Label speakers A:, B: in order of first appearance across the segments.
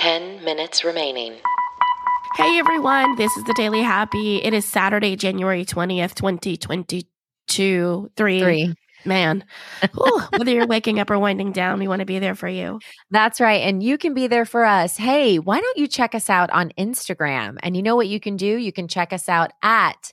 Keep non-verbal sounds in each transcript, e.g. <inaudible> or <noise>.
A: 10 minutes remaining.
B: Hey everyone, this is the Daily Happy. It is Saturday, January 20th, 2022. Three.
C: Three. <laughs>
B: Man, Whew, whether you're waking up or winding down, we want to be there for you.
C: That's right. And you can be there for us. Hey, why don't you check us out on Instagram? And you know what you can do? You can check us out at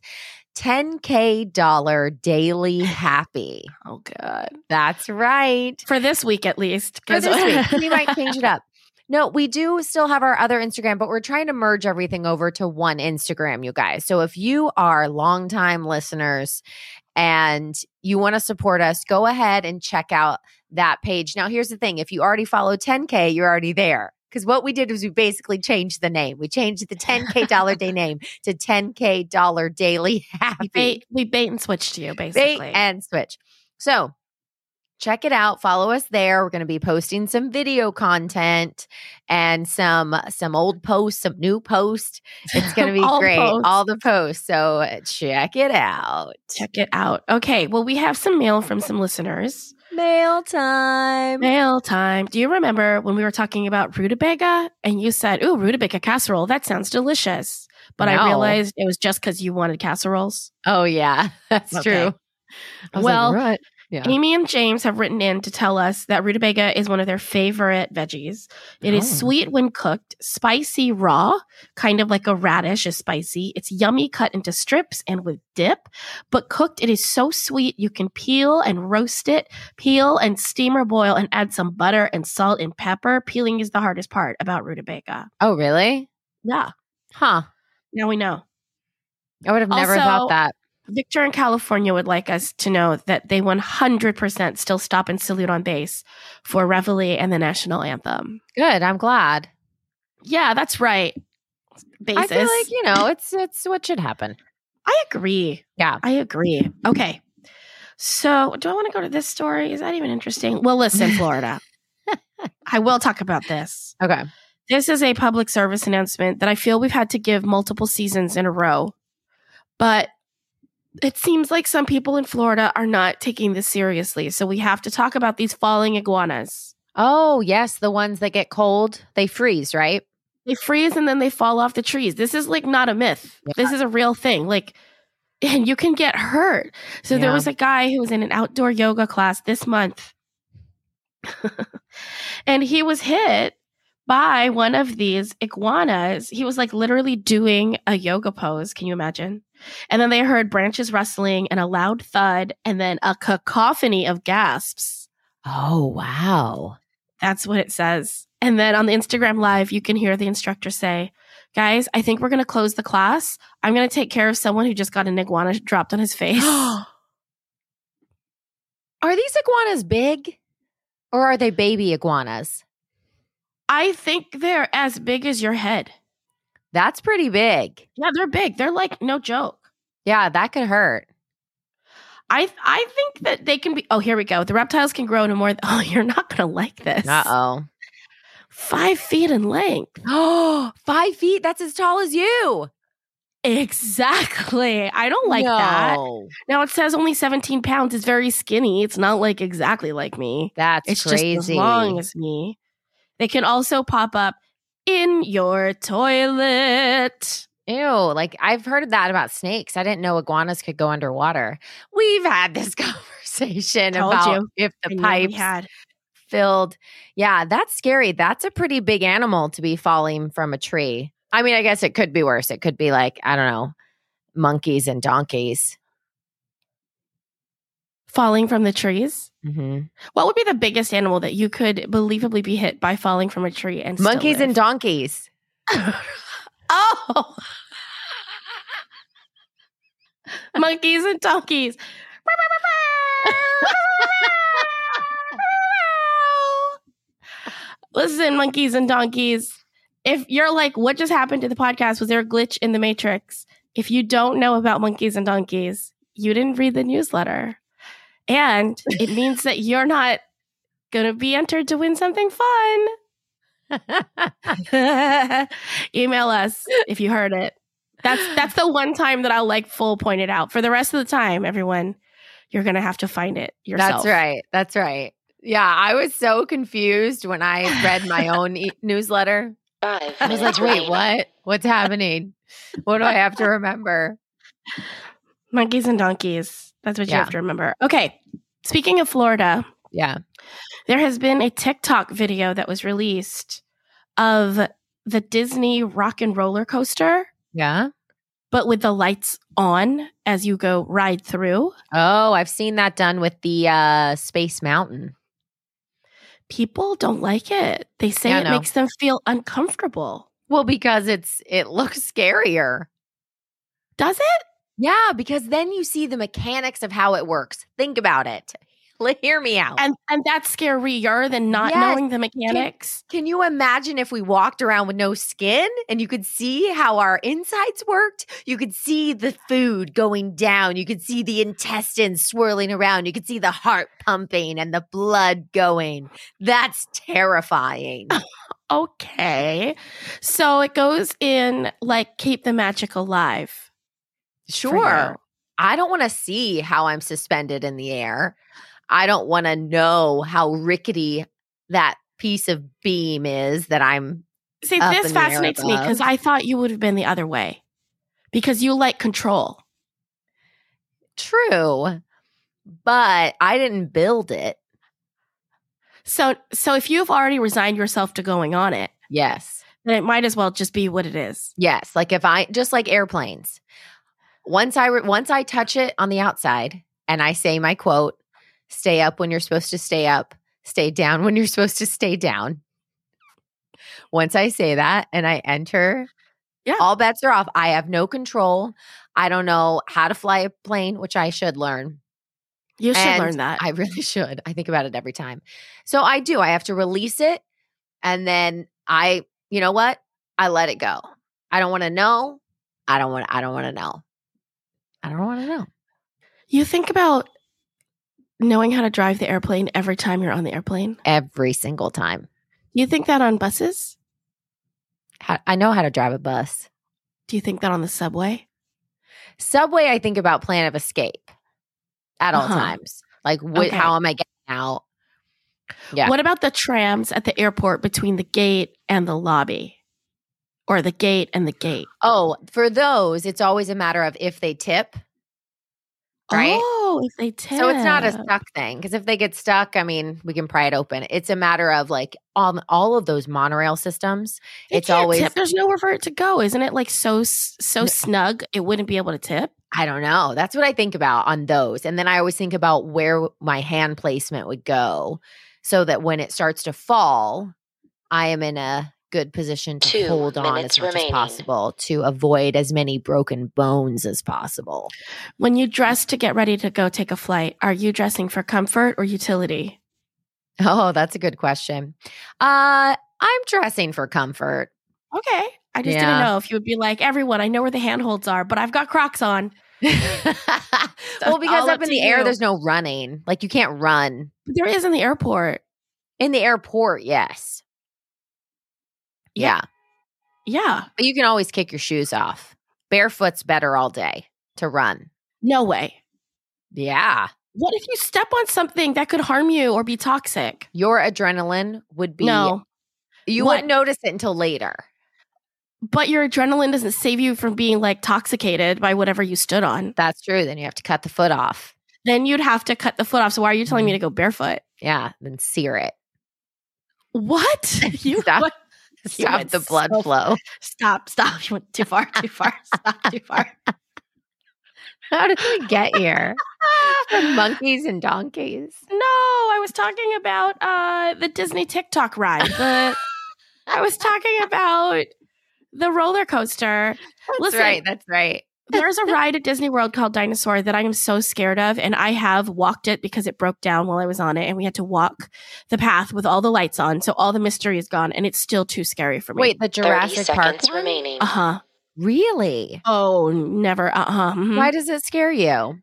C: 10K Dollar Daily Happy.
B: Oh, God.
C: That's right.
B: For this week, at least.
C: For
B: 'cause- <laughs>
C: this week, we might change it up. No, we do still have our other Instagram, but we're trying to merge everything over to one Instagram, you guys. So if you are longtime listeners and you want to support us, go ahead and check out that page. Now, here's the thing if you already follow 10K, you're already there. Because what we did was we basically changed the name. We changed the 10K Dollar Day name to 10K Dollar Daily Happy
B: we, bait, we bait and switch to you,
C: bait
B: basically.
C: and switch. So check it out. Follow us there. We're going to be posting some video content and some some old posts, some new posts. It's going to be
B: All the
C: great.
B: posts.
C: All the posts. So uh, check it out.
B: Check it out. Okay. Well, we have some mail from some listeners.
C: Mail time.
B: Mail time. Do you remember when we were talking about rutabaga and you said, Ooh, rutabaga casserole? That sounds delicious. But
C: No.
B: I realized it was just because you wanted casseroles.
C: Oh yeah, <laughs> that's
B: Okay.
C: true. I was like,
B: Well,
C: "What?" yeah.
B: Amy and James have written in to tell us that rutabaga is one of their favorite veggies. It is
C: Oh.
B: sweet when cooked, spicy raw, kind of like a radish is spicy. It's yummy cut into strips and with dip, but cooked it is so sweet you can peel and roast it, peel and steam or boil and add some butter and salt and pepper. Peeling is the hardest part about rutabaga.
C: oh really?
B: Yeah.
C: Huh.
B: Now we know.
C: I would have never
B: Also-
C: thought that.
B: Victor in California would like us to know that they 100% still stop and salute on base for Reveille and the national anthem.
C: Good. I'm glad.
B: Yeah, that's right. Basis.
C: I feel like you know, it's it's what should happen.
B: I agree.
C: Yeah.
B: I agree. Okay. So, do I want to go to this story? Is that even interesting? Well, listen,
C: <laughs>
B: Florida. I will talk about this.
C: Okay.
B: This is a public service announcement that I feel we've had to give multiple seasons in a row. But it seems like some people in Florida are not taking this seriously. So we have to talk about these falling iguanas.
C: Oh yes, the ones that get cold, they freeze, right?
B: They freeze and then they fall off the trees. This is like not a myth.
C: Yeah.
B: This is a real thing. Like, <laughs> and you can get hurt. So there
C: Yeah.
B: was a guy who was in an outdoor yoga class this month. <laughs> and he was hit by one of these iguanas. He was like literally doing a yoga pose. Can you imagine? And then they heard branches rustling and a loud thud and then a cacophony of gasps.
C: Oh, wow.
B: That's what it says. And then on the Instagram live, you can hear the instructor say, Guys, I think we're going to close the class. I'm going to take care of someone who just got an iguana dropped on his face.
C: Are these iguanas big or are they baby iguanas?
B: I think they're as big as your head.
C: That's pretty big.
B: Yeah, they're big. They're like no joke.
C: Yeah, that could hurt.
B: I I think that they can be. Oh, here we go. The reptiles can grow to more. <laughs> Oh, you're not going to like this.
C: Uh
B: Five feet in length.
C: oh. <gasps> Five feet? That's as tall as you.
B: Exactly. I don't like that.
C: No.
B: Now it says only 17 pounds. It's very skinny. It's not like exactly like me.
C: That's
B: It's
C: crazy.
B: just as long as me. They can also pop up in your toilet.
C: Ew, like I've heard that about snakes. I didn't know iguanas could go underwater. We've had this <laughs> conversation
B: Told
C: about
B: you.
C: if
B: I
C: the
B: knew we
C: pipes
B: had.
C: filled. Yeah, that's scary. That's a pretty big animal to be falling from a tree. I mean, I guess it could be worse. It could be like, I don't know, monkeys and donkeys.
B: falling from the trees.
C: hmm
B: What would be the biggest animal that you could believably be hit by falling from a tree and still
C: Monkeys and
B: live?
C: donkeys.
B: oh, <laughs> monkeys and donkeys. Listen, monkeys and donkeys. If you're like, what just happened to the podcast? Was there a glitch in the matrix? If you don't know about monkeys and donkeys, you didn't read the newsletter. And
C: <laughs>
B: it means that you're not going to be entered to win
C: <laughs>
B: something fun. Email us if you heard it. That's that's the one time that I'll like full point it out. For the rest of the time, everyone, you're gonna have to find it yourself.
C: That's right. <laughs> That's right. Yeah, I was so confused when I read my own e- newsletter.
A: five.
C: I was like,
A: minutes
C: wait, <laughs>
A: remain.
C: what? What's happening? What do I have to remember?
B: Monkeys and donkeys. That's what you
C: Yeah.
B: have to remember. Okay. Speaking of Florida,
C: Yeah.
B: there has been a TikTok video that was released of the Disney rock and roller coaster,
C: Yeah.
B: but with the lights on as you go ride through.
C: Oh, I've seen that done with the uh Space Mountain.
B: People don't like it. They say
C: Yeah,
B: it
C: no.
B: makes them feel uncomfortable.
C: Well, because it's it looks scarier.
B: Does it?
C: Yeah, because then you see the mechanics of how it works. Think about it. <laughs> L- Hear me out.
B: And and that's scarier than not
C: Yes.
B: knowing the mechanics.
C: Can you imagine if we walked around with no skin and you could see how our insides worked? You could see the food going down. You could see the intestines swirling around. You could see the heart pumping and the blood going. That's terrifying.
B: Okay. So it goes in like keep the magic alive. for
C: <laughs> Sure.
B: you.
C: I don't want to see how I'm suspended in the air. I don't want to know how rickety that piece of beam is that I'm.
B: See,
C: up
B: this
C: in the air
B: fascinates me because
C: above.
B: I thought you would have been the other way because you like control.
C: True, but I didn't build it.
B: So, so if you've already resigned yourself to going on it,
C: Yes.
B: then it might as well just be what it is.
C: Yes, like if I just like airplanes. Once I re- once I touch it on the outside and I say my quote, stay up when you're supposed to stay up, stay down when you're supposed to stay down. Once I say that and I enter,
B: Yeah.
C: all bets are off. I have no control. I don't know how to fly a plane, which I should learn.
B: You should
C: And
B: learn that.
C: I really <laughs> should. I think about it every time. So I do. I have to release it. And then I, you know what? I let it go. I don't want to know. I don't want I don't want to know. I don't want to know.
B: you think about knowing how to drive the airplane every time you're on the airplane.
C: Every single time.
B: You think that on buses?
C: How, I know how to drive a bus.
B: Do you think that on the subway?
C: Subway, I think about plan of escape at all
B: Uh-huh.
C: times. Like wh-
B: Okay.
C: how am I getting out? Yeah.
B: What about the trams at the airport between the gate and the lobby or the gate and the gate?
C: Oh, for those, it's always a matter of if they tip. Right?
B: Oh, if they tip.
C: So it's not a stuck thing because if they get stuck, I mean, we can pry it open. It's a matter of like on all of those monorail systems.
B: They
C: it's
B: can't
C: always
B: tip. there's nowhere for it to go, isn't it? Like so s- so snug, it wouldn't be able to tip.
C: I don't know. That's what I think about on those, and then I always think about where w- my hand placement would go, so that when it starts to fall, I am in a good position to
A: Two
C: hold on
A: minutes
C: as much
A: remaining.
C: as possible to avoid as many broken bones as possible. <laughs>
B: When you dress to get ready to go take a flight, are you dressing for comfort or utility?
C: Oh, that's a good question. Uh, I'm dressing for comfort. <laughs>
B: Okay. I just
C: Yeah.
B: didn't know if you would be like, everyone, I know where the handholds are, but I've got Crocs on.
C: well, because
B: all
C: up
B: up
C: in
B: to
C: the air,
B: you.
C: there's no running. Like you can't run
B: But there is in the airport.
C: in the airport. Yes.
B: Yeah.
C: Yeah.
B: Yeah.
C: But you can always kick your shoes off. Barefoot's better all day to run.
B: No way.
C: Yeah.
B: What if you step on something that could harm you or be toxic?
C: Your adrenaline would be.
B: No.
C: You
B: What?
C: wouldn't notice it until later.
B: But your adrenaline doesn't save you from being like toxicated by whatever you stood on.
C: That's true. Then you have to cut the foot off.
B: Then you'd have to cut the foot off. So why are you telling me
C: Mhm.
B: to go barefoot?
C: Yeah. Then sear <laughs> it.
B: <laughs> What? You
C: Stop.
B: what? You
C: Stop
B: went
C: the blood
B: so
C: flow.
B: Stop, stop. You went too far, too <laughs> far, stop, too far.
C: <laughs> How did we get here? <laughs> From monkeys and donkeys.
B: No, I was talking about uh the Disney TikTok ride. The I was talking about the roller coaster.
C: That's
B: Listen.
C: right. That's right.
B: There's a ride at Disney World called Dinosaur that I am so scared of, and I have walked it because it broke down while I was on it, and we had to walk the path with all the lights on, so all the mystery is gone, and it's still too scary for me.
C: Wait, the
A: Thirty
C: Jurassic Park.
A: seconds
C: one?
A: remaining.
B: uh huh.
C: Really?
B: Oh, never. Uh huh.
C: Why does it scare you?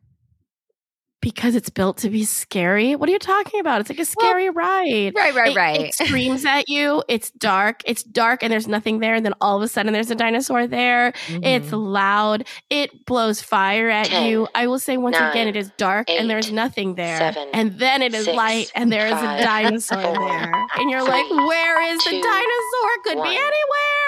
B: Because it's built to be scary. What are you talking about? It's like a scary ride.
C: Right, right,
B: It-
A: <laughs>
B: It screams at you. It's dark. It's dark and there's nothing there. And then all of a sudden there's a dinosaur there.
C: Mm-hmm.
A: Mm-hmm.
B: It's loud. It blows fire at
A: Ten,
B: you. I will say once
A: nine,
B: again, it is dark and there's
A: eight,
B: nothing there.
A: seven,
B: and then it is
A: six,
B: light and there is
A: five, <laughs>
B: a dinosaur
A: four,
B: there. And you're like,
A: three,
B: where is the
A: two,
B: dinosaur? could
C: One.
B: be anywhere.